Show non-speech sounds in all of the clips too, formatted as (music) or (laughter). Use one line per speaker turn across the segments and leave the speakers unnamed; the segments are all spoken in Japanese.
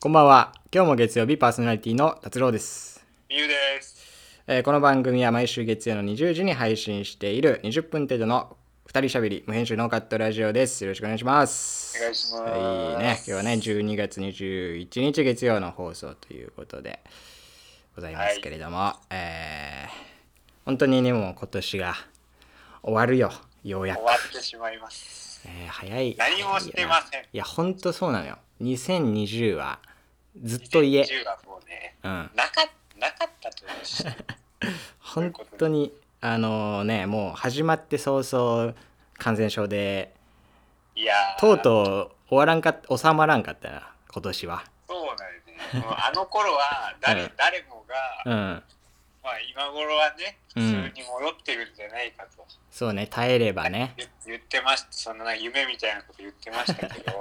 こんばんは。今日も月曜日パーソナリティの達郎です、
ゆうです。
えーこの番組は毎週月曜の20時に配信している20分程度の二人しゃべり無編集ノーカットラジオです。よろしくお願いします。
お願いします
はいね、今日はね、12月21日月曜の放送ということでございますけれども、えー本当にね、もう今年が終わるよ、ようやく
終。わってしまいます。
えー早い。
何もしてません
いや、本当そうなのよ。2020はずっと家。
20はもうね、
うん。
なかなかったというし
本当にあのねもう始まって早々感染症で
いやー
とうとう終わらんかっ収まらんかったな今年は
そうなんよね。もうあの頃は誰、
うん
誰もが、
うん
まあ今頃はね、
う
普
ん
通に戻ってるんじゃないかと
そうね耐えればね
言言ってました。そんななんか夢みたいなこと言ってましたけ
(laughs)
ど、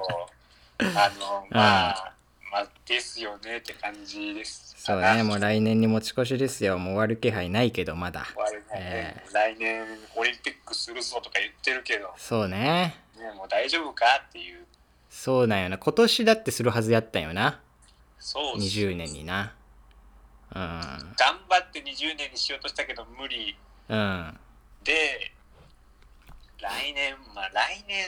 あの、まあ、まあ、ですよねって感じです。
そうねもう
終
来年に持ち越しですよもう終わる気配ないけどまだ
われないね
え
来年オリンピックするぞとか言ってるけど、
そうね
ね、もう大丈夫かっていう。
そうなんよな今年だってするはずやったんよな
そうっす
20年になう
頑張って20年にしようとしたけど無理
んうん
で来年まあ来年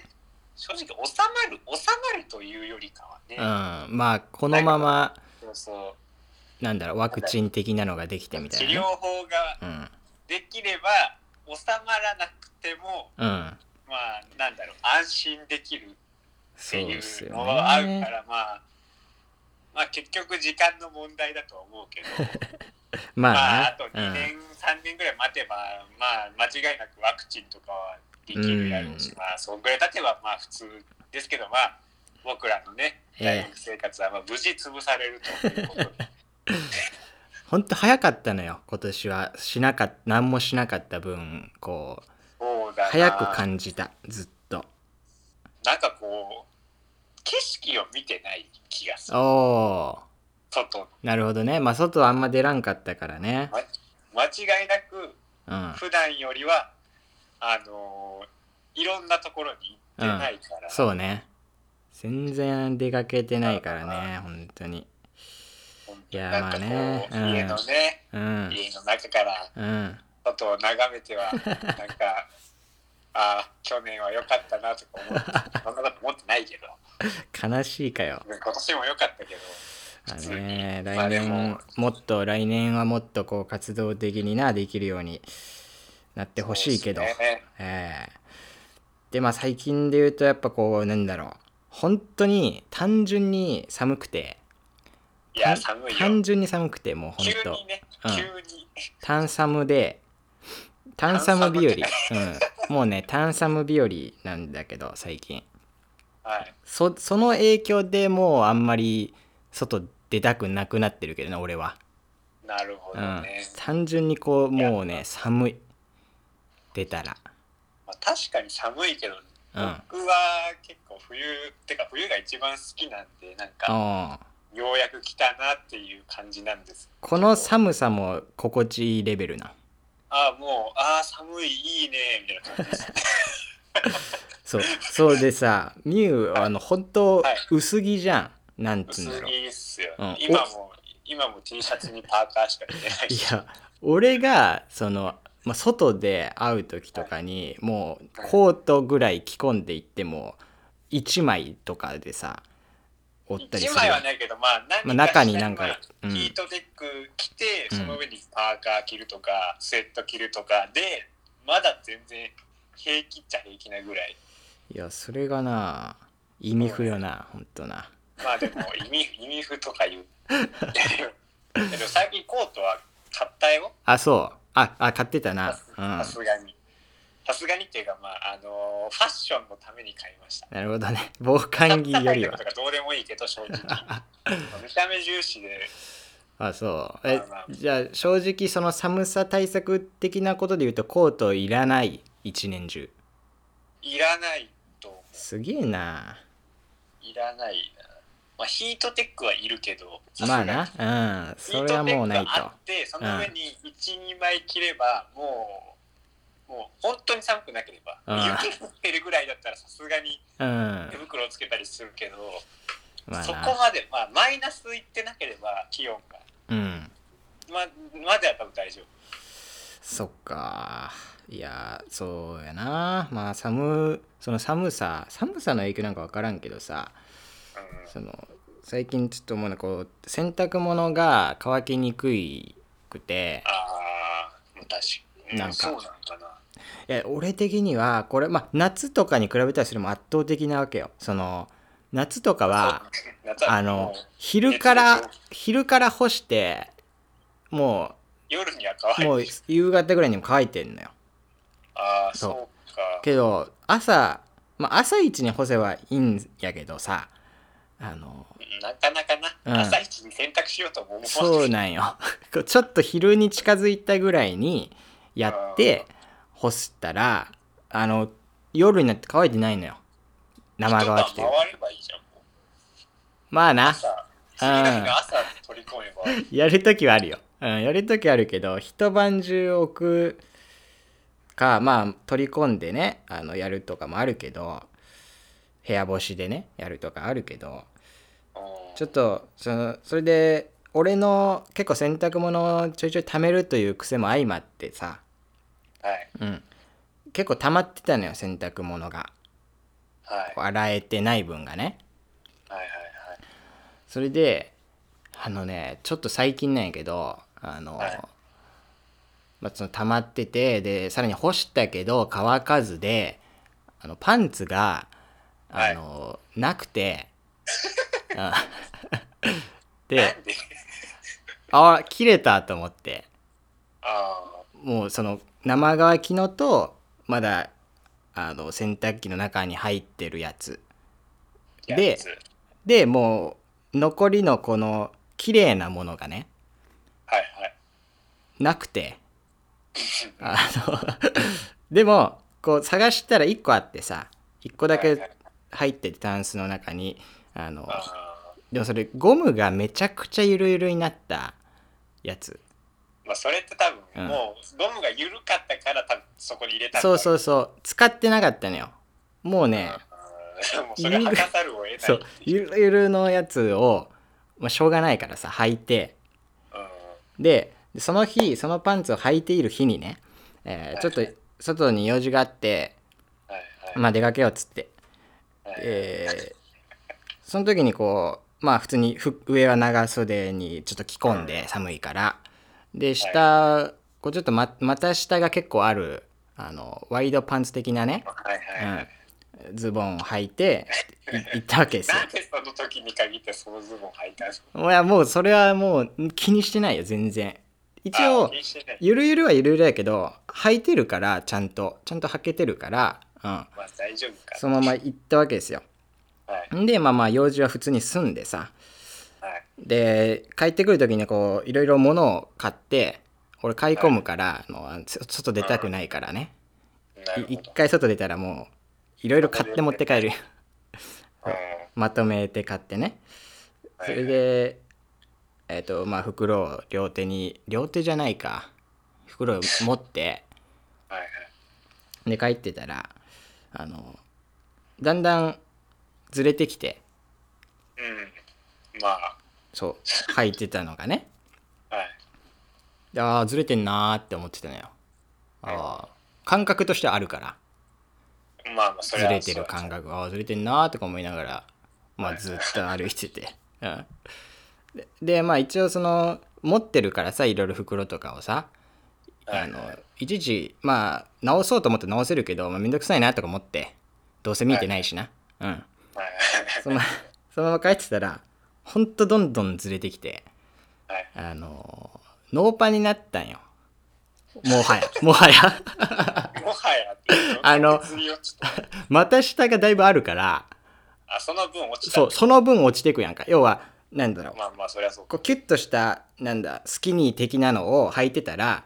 正直収まる収まるというよりかはね、
うんまあこのまま
そうそ
なんだろうワクチン的なのができて
う
みた
治
い
療
なね
法が
うん
できれば収まらなくても
うん
まあなんだろう安心できるっ
そ
て
う
い
です
う
よ
のは合う
ね
からまあまあ結局時間の問題だとは思うけど
まあな、
まああと
う
2
ん
年3年ぐらい待てばまあ間違いなくワクチンとかはできるやろうし
う
まあそんぐらい経てばまあ普通ですけどまあ僕らのね
ええ
大学生活はまあ無事潰されるということ
(laughs)
で
ほんと早かったのよ今年はしなかっ何もしなかった分こう
そうだな
早く感じたずっと
なんかこう景色を見てない気がす
お
る
お
外の
ーなるほどねまあ外はあんま出らんかったからね
ま間違いなく
うん
普段よりはあのーいろんなところに行ってないから、
そうね全然出かけてないからね本当に
本
い
当に
や
なんかこう
まあねうん
家のね、
うん
家の中から
うん
外を眺めて
(laughs)
はなんかああ去年は良かったなとか思ってそんなこと思ってないけど (laughs)
悲しいかよ
今年も良かったけど
まあ
普通に
ね
まあ
来
で
年も
も
もっと来年はもっとこう活動的になできるようになってほしいけど、
そうですね
ええでまあ最近で言うとやっぱこうなんだろう本当に単純に寒くて
いや
単
寒いよ
単純に寒くてもう本
急
当
にね、
うん
急に
単寒で単寒日和うん、もうね単寒日和なんだけど最近
はい
そその影響でもうあんまり外出たくなくなってるけどね俺は、
なるほ
う
ど
ん
ね、、
単純にこうもうね寒い出たら
まあ、確かに寒いけど、
うん
僕は結構冬ってか冬が一番好きなんでなんか
うん
ようやく来たなっていう感じなんです
この寒さも心地いいレベルな
ああもうああ寒いいいねみたいな感じですね
そうそうでさミュウあの本当
はい
薄着じゃんなんつう
薄
んだろう
着っすよ、
うん
今も今も T シャツにパーカーしか着てない
い
し
や俺がその、まあ、外で会う時とかにもうコートぐらい着込んでいっても1枚とかでさおったりす
1
る
枚はないけど、まあ、何か
まあ中に
しら
なんか
まあ
うん
ヒートテック着て、
うん
その上にパーカー着るとか、スウェット着るとかで、まだ全然平気っちゃ平気なぐらい。
いやそれがな意味不よなほんとな
まあで
(laughs)
も、意味、意味不とか言う。 (laughs) でも最近コートは買ったよ、
あそうああ買ってたな
さ
う
すがに。さすがにっていうか、まあ、あのーファッションのために買いました。
んなるほどね防寒着よりは
(laughs) 高いとかどうでもいいけど、正直。見た目重視で、
あそうえ
まあまあ
じゃあ正直その寒さ対策的なことで言うとコートいらない一年中
いらないと思う。
すげえない
らないな。まあ、ヒートテックはいるけど、さす
ま
が
あ
に
なうんそ
ヒート
れ
テ
は
ック
もうない
が
と
あって、その上に1、2枚着れば、もう、もう本当に寒くなければ
うん、
雪降ってるぐらいだったらさすがに
うん
手袋をつけたりするけど、
まあ
そ
な
こまで、まあ、マイナスいってなければ、気温が。
うん
ま、までは多分大丈夫。
そっかいやそうやなまあ寒その寒さ寒さの影響なんか分からんけどさ
うん
その最近ちょっと思うのはこう洗濯物が乾きにくいくて
ああ、確かに。
なんか
そうなんかな。
いや俺的にはこれまあ夏とかに比べたらそれも圧倒的なわけよその夏とかは
夏は
あの
もう
昼から
熱
昼から干しても
夜には乾
う
い
もう
てる。
夕方ぐらいにも乾いてんのよ
ああ、
そう
そうか。
けど朝まあ朝一に干せばいいんやけどさあの
なかなかな、
うん
朝一に洗濯しようとも思わない
そうなん
(laughs)
よこうちょっと昼に近づいたぐらいにやって干したらあの夜になって乾いてないのよ生乾きという
一晩回ればいいじゃん。もう
まあな
朝、次の日の朝取り込めば。
やるときはあるよ、うん、やるときはあるけど一晩中置くかまあ取り込んでねあのやるとかもあるけど部屋干しでねやるとかあるけど
うん
ちょっとそのそれで俺の結構洗濯物をちょいちょい貯めるという癖も相まってさ、
はい。
うん、結構溜まってたのよ洗濯物が
はい。
こう洗えてない分がね
はいはい
それであのねちょっと最近なんやけどあの、
はい
まあ、その溜まっててでさらに干したけど乾かずであのパンツがあの、なく
(laughs)
てあ (laughs)
はい。
で
なんで
あ切れたと思って
あ
もうその生乾きのとまだあの洗濯機の中に入ってるやつ
ー
で
やつ
でもう残りのこの綺麗なものがね
はいはい。
なくてあの (laughs) でもこう探したら1個あってさ1個だ
はいはい
け入っててタンスの中にあの
あー
でもそれゴムがめちゃくちゃゆるゆるになったやつ
まあ、それって多
うん
分、もう、ゴムが緩かったから、多分そこに入れたんだ
そうそうそう使ってなかったのよもうね
うん (laughs) もうそれはかざるを得ない。
そうゆるゆるのやつを、まあ、しょうがないからさ履いて
うん。
でその日そのパンツを履いている日にね、えーちょっと外に用事があって、
はいはい。
まあ、出かけようっつって
はい
えーその時にこうまあ普通にふ上は長袖にちょっと着込んで寒いからで下、こうちょっとま股下が結構あるあのワイドパンツ的なね、
はいはいはい。
うん、ズボンを履いてい行ったわけですよ (laughs)
なんでその時に限ってそのズボン履いたの
いやもうそれはもうん気にしてないよ全然一
あー
応
気にしてない
ゆるゆるはゆるゆるやけど履いてるからちゃんとちゃんと履けてるから、うん、
まあ大丈夫か。
そのまま行ったわけですよ
はい
んでまあまあ用事は普通に済んでさ
はい
で帰ってくる時にこういろいろ物を買って俺買い込むから、あのあのちょ外出たくないからね
なる
い
ほど
一回外出たらもういろいろ買って持って帰る
うん
まとめて買ってね
はい
それでえっ、とまあ袋を両手に両手じゃないか袋を持って
はいはい
で帰ってたらあのだんだんずれてきて
うんまあ
そう履いてたのがね
はい
でああずれてんなーって思ってたのよあー感覚としてはあるから
まあまあそ
ず
れは
れてる感覚ああずれてんなーとか思いながらま
は
あ
い
ずっと歩いてて、 (laughs) うん、ででまあ一応その持ってるからさいろいろ袋とかをさ
はい
あのいちいちまあ直そうと思って直せるけど、まあ、めんどくさいなとか思ってどうせ見てないしな、うん
はい
その (laughs) そのまま帰ってたらほんとどんどんずれてきて
はい
あのノーパンになったんよもはやもはや
はいもはやっていう
あの
物理をちょっと
股下がだいぶあるから
あその分落ちた
そうその分落ちていくやんか要はなんだろう
まあまあそれはそう
こうキュッとしたなんだスキニー的なのを履いてたら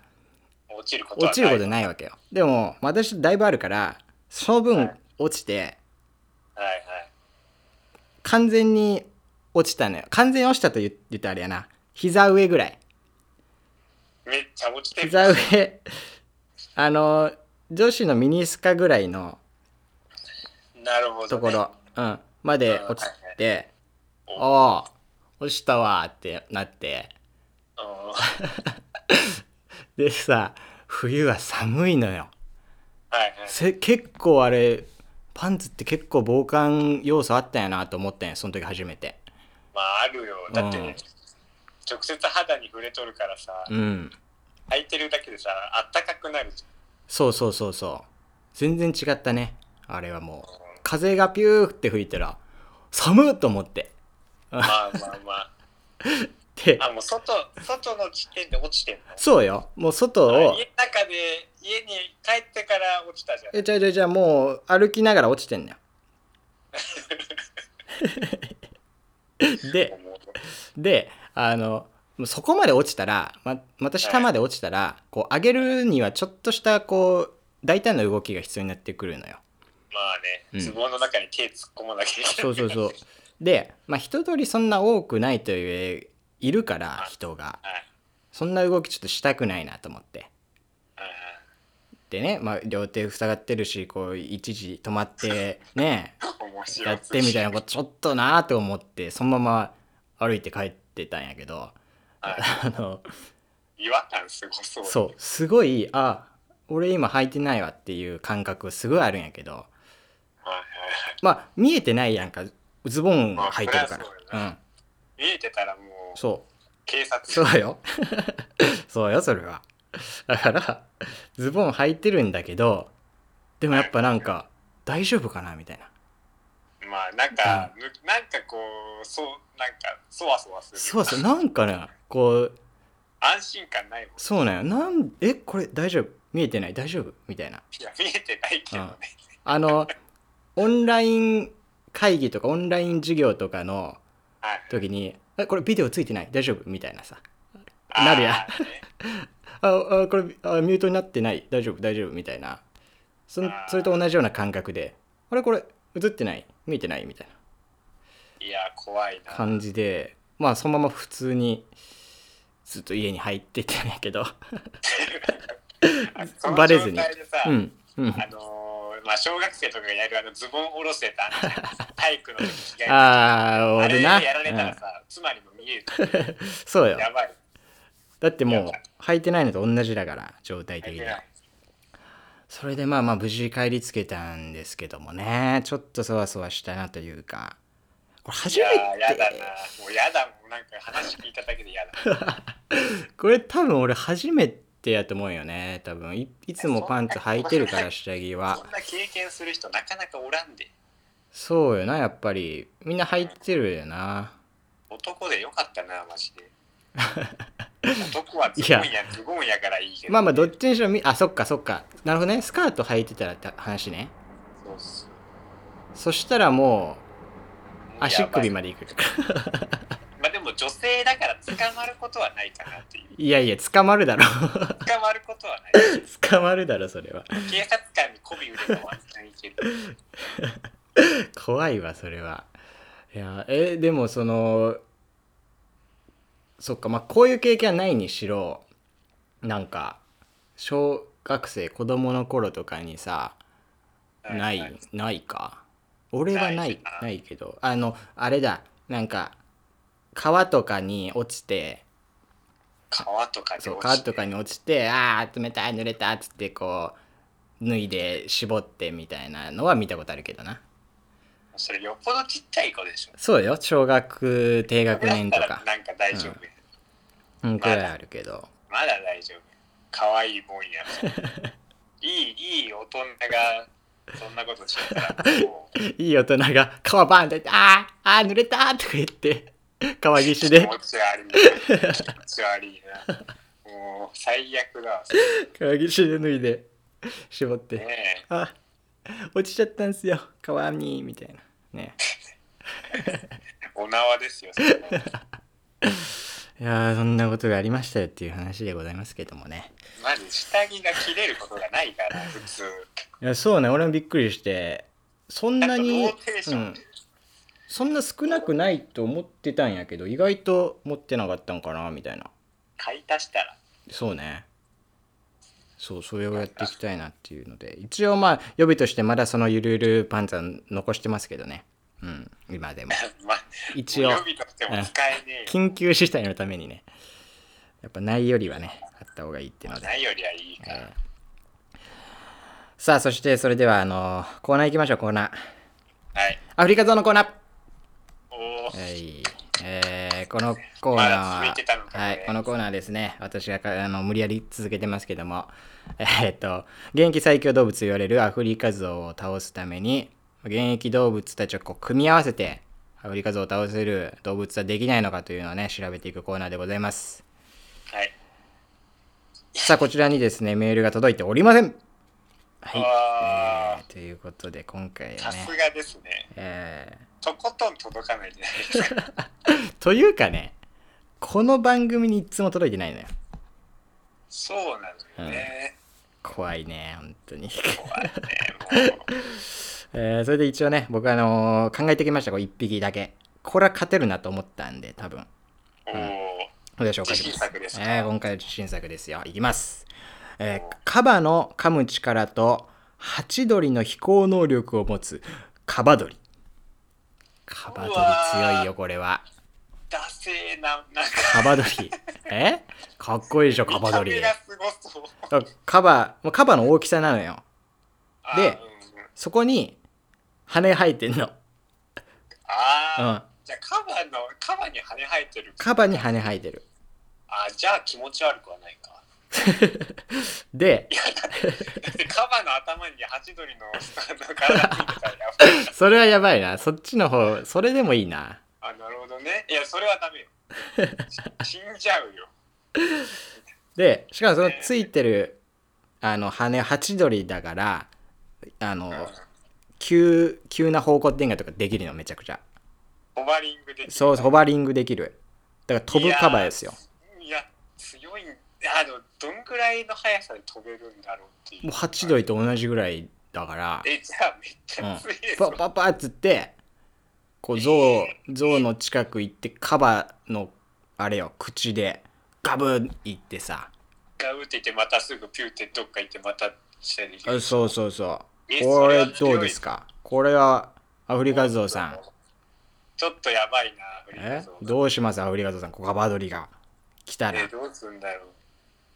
落ちること
落
はない
ちることないわけよでも股下だいぶあるからその分落ちて
はいはい
完全に落ちたのよ完全に落ちたと言言ったらあれやな膝上ぐらい
めっちゃ落ちてる
膝上あの女子のミニスカぐらいの
なるほど
とこ
ね
ろ、うん、まで落ちて、おお落ちたわーってなって
うん
でさ冬は寒いのよ
はいはい。
せ結構あれパンツって結構防寒要素あったんやなと思ったんやその時初めて
まああるよ。だって、
うん
直接肌に触れとるからさ、
うん
履いてるだけでさ、あったかくなるじ
そうそうそうそう全然違ったねあれはも
ゃん
う。風がピューって吹いたら寒っと思って
まあまあまあ。
で
あ、もう外、外の地点で落ちてんの
そうよもう外
あ家の
を
中で、家に帰ってから落ちたじゃん。
えじゃあじゃあじゃあもう歩きながら落ちて (laughs) んのよで
もう
であのそこまで落ちたらままた下まで落ちたら、こう上げるにはちょっとしたこう大胆な動きが必要になってくるのよ。
まあ
うん
ね、壺の中に手突っ込まなきゃいけない。
そうそうそうで、まあ、人通りそんな多くないというえいるから人が
はい
そんな動きちょっとしたくないなと思って
はい
でね、まあ、両手塞がってるしこう一時止まって
(laughs)
ね
はい面白
やってみたい
な。
なことちょっとなーと思ってそのまま歩いて帰ってたんやけど
はい
(laughs) あの
違和感すごそう。
そうすごいあ俺今履いてないわっていう感覚すごいあるんやけど
はいはいはい
まあ見えてないやんかズボン履いてるか
まあそり
ら
ゃそうよ
うん
見えてたらもう、
そう
警察
そうよ (laughs) そうよそれはだからズボン履いてるんだけどでもやっぱなんか大丈夫かなみたいな
まあなんか、むなんかこうそうなんかそわそわする
そうそうなんかねこう
安心感ないもん
そうなんよなんえこれ大丈夫見えてない大丈夫みたいない
や見えてないけどね、
あのオンライン会議とかオンライン授業とかの
はい
時に「えこれビデオついてない大丈夫?」みたいなさ
あー
なるや
ね
「ああこれあミュートになってない大丈夫大丈夫」みたいなそん
あー
それと同じような感覚で「あれこれ映ってない見えてない」みたい
いや怖い
な
な
感じでまあそのまま普通にずっと家に入っていったんやけど (laughs)
その
バレずに
状態でさ、
うんうん
あのーまあ小学生とかがやるあのズボン下ろせた
(laughs)
体育の時着替えあ
ああ
あ
俺
れ
な、
やられたら
う
さ、妻にも見える
ん、そうよ
やば
(laughs)
い
だって
や
も
ばいう
履いてないのと同じだから状態的
い
に
け
は
ない
それでまあまあ無事帰りつけたんですけどもねちょっとそわそわしたなというかこれ
い
初
や
め
ーやだ
て
なもうやだもうなんか話聞いただけでやだ
これ多分俺初めてやと思うよね多分いいつもパンツ履いてるから下着
そ
は
んな経験する人なかなかおらんで
そうよなやっぱりみんな履いてるよな
男でよかったなマジ
(laughs)
で男はズボンやズボンやからいいけど
まあまあどっちにしろみあそっかそっかなるほどねスカート履いてたらって話ね
そうっす
そしたらもう
もう
足
やばい
首までいくから
まあでも女性だから捕まることはないかなって
(laughs)
いう
いやいや捕まるだろ (laughs)
捕まることはない
捕まるだろそれは
警察官に媚び売れるのはないけど
怖いわそれはいやえでもそのそっかまあこういう経験はないにしろなんか小学生子供の頃とかにさない、
はい
ないか俺はない
ない
ないけどあのあれだなんか川とかに落ちて
川とかで
そう
落
川
ちて
とかに落ちてあー冷たい濡れたっつってこう脱いで絞ってみたいなのは見たことあるけどな
それよっぽどちっちゃい子でしょ
そうよ小学低学年と
だった
から
なんか大丈夫や、
うんくらいあるけど
まだ大丈夫可愛いもんや
(laughs)
いいいい大人がそんなことしてた
(laughs)
らもう
いい大人が川バーンってあーあー濡れたーとか言って川岸で
気持ち悪いな。気持ち悪いな。もう最悪だわ。それ
川岸で脱いで絞って
ね
あ落ちちゃったんすよ川にみたいなね
お縄ですよ。それはい
やーそんなことがありましたよっていう話でございますけどもね
まず下着が切れることがないから、普通。
いやそうね俺もびっくりしてそんなに、
なんかローテーション
うんそんな少なくないと思ってたんやけど意外と持ってなかったんかなみたいな
買い足したら。
そうねそうそれをやっていきたいなっていうので一応まあ予備としてまだそのゆるゆるパンツは残してますけどねうん、今でも。
まあ、
一応
予備としても使えねえよ。
緊急事態のためにね、やっぱないよりはね、あった方がいいっていうので。
ないよりはいいから。
えーさあ、そしてそれでは、あのコーナー行きましょう、コーナー。
はい。
アフリカゾのコーナー
おー
はい、えーこのコーナーは、
まだ続いてたのかね
はい、このコーナーはですね、私がかあの無理やり続けてますけども、 (laughs) えーっと、現役最強動物と言われるアフリカゾウを倒すために、現役動物たちをこう組み合わせて、アフリカゾウを倒せる動物はできないのかというのをね、調べていくコーナーでございます。
はい。
さあ、こちらにですね、メールが届いておりません
あ
はい、
ー
えーということで、今回は
さ
ね
す、がですね。
えー
とことん届かないじゃない
(laughs)
ですか。
というかね、この番組にいつも届いてないのよ。
そうなのよね。
怖いね本当に、
ねもう
(laughs) えーそれで一応ね僕あのー考えてきましたこう1匹だけこれは勝てるなと思ったんで多分
おー
ご紹介しま
自信
す
作ですか
えー今回の自信作ですよいきます、えーカバの噛む力とハチドリの飛行能力を持つカバドリカバドリ強いよこれは
ダセーな、なんか、
カバド
(laughs)
リえかっこいいでしょカバドリ
見た目がすごそう。
だからカバもうカバの大きさなのよ
あー
で
うんうん
そこに羽生えてんの
あ
う
ー、
ん
じゃあカバの、カバに羽生えてる。
カバに羽生えてる
あーじゃあ気持ち悪くはないか。 (laughs)
で
いや、だってだってカバの頭にハチドリのあの体ついてたらやばい。
それはやばいなそっちの方それでもいいな
あ、なるほどね。いや、それはダ
(laughs)
メよ。死んじゃうよ。
でしかもそのついてるあの羽ハチドリだからあの急急な方向転換とかできるのめちゃくちゃ
ホバリングできる
そうホバリングできるだから飛ぶカバーですよ
いや強いんあのどんぐらいの速さで飛べるんだろうっていう
もうハチドリと同じぐらいだから、
えじゃあめっち
うん
ゃ強いです、
パッパッパッつってこう象象の近く行ってカバのあれよ口でガブン行ってさ
ガウって言ってまたすぐピューってどっか行ってまた下に行
あそうそうそう
え
これ
それは強い
どうですかこれはアフリカゾウさん
ちょっとやばいなフリー
え
ズ
どうしますアフリカゾウさんこカバドリが来たら
えどうすんだろう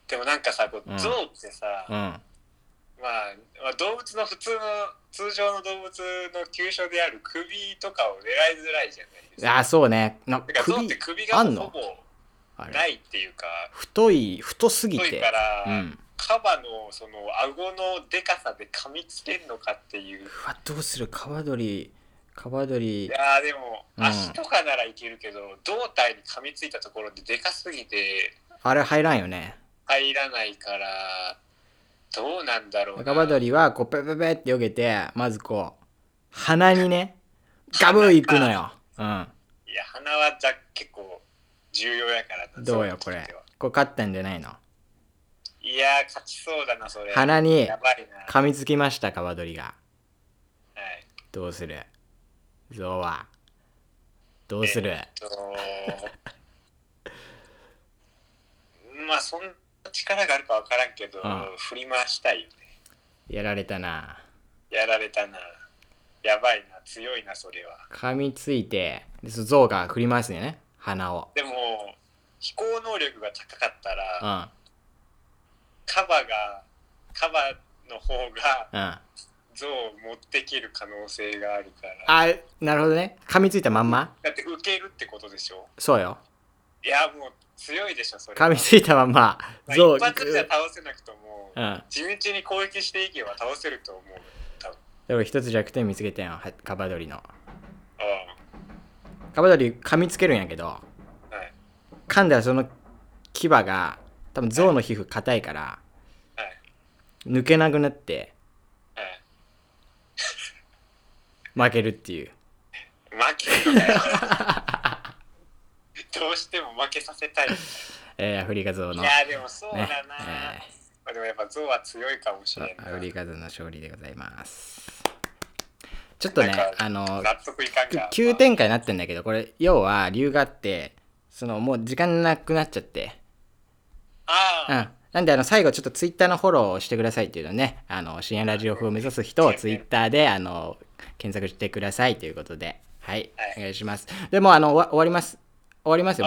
でもなんかさこ
うん
うゾウってさ、
うん
まあ、まあ動物の普通の通常の動物の急所である首とかを狙いづらいじゃないですか
あそうねな
だからゾウっ
首
て首
あ
が
ん
ほ
の
ぼ
あ
な
れ
いっていうか
太い太すぎ
太い
て
から、
うん
カバのその顎のでかさで噛みつけんのかっていう
うわどうするカバドリカバド
い
リ
やーでも
うん
足とかならいけるけど、胴体に噛みついたところででかすぎて
あれ入らんよね
入らないからどうなんだろうな
カバドリはこうペペペってよけてまずこう鼻にねガブー行くのようん
いや鼻はざ結構重要やからな
どうよ
そ
こ
ういう
れ
時では
これ勝ったんじゃないの
いやー勝ちそうだなそれ
鼻に
やばいな、は
噛みつきましたカバドリが
い、
どうするゾウはどうする
と (laughs) まあそんな力があるか分からんけど、
うん
振り回したいよね
やられたな
やられたな。やばいな、強いな、それは。
噛みついてでそゾウが振り回すんよね鼻を
でも、飛行能力が高かった
う
ら、
ん
カバが、カバの方が
うんあ
像を持ってきる可能性があるから。
なるほどね噛みついたまんま
だって、受けるってことでしょ。
そうよ
いや、もう強いでしょ、それは。
噛みついたまんま
まあ
ゾウ
一発じゃ
ぐ
倒せなくとも、
うん
地道に攻撃していけば倒せると思う。多分
で俺一つ弱点見つけたよはカバドリの
う
カバドリ噛みつけるんやけど
んはい。
噛んだらその牙が多分ゾウの皮膚硬いから
はい。
抜けなくなって
はい。
負けるっていう
負ける
(laughs)
なよどうしても負けさせたい。
えーアフリカゾウ
い
の
やでもそうだな、
ねえー
まあ、でもやっぱゾウは強いかもし
そう
れんな
アフリカゾの勝利でございますちょっと
な
ね
んか
あの
納得いかんが
急展開になってんだけどこれ要は理由があってそのもう時間なくなっちゃって
あ
う
あ、
んなんであの最後ちょっとツイッターのフォローをしてくださいっていうのねあの深夜ラジオ風を目指す人をツイッターであの検索してくださいということではい
はい、
お願いします。でも、あの、わ終わります。終わりますよ、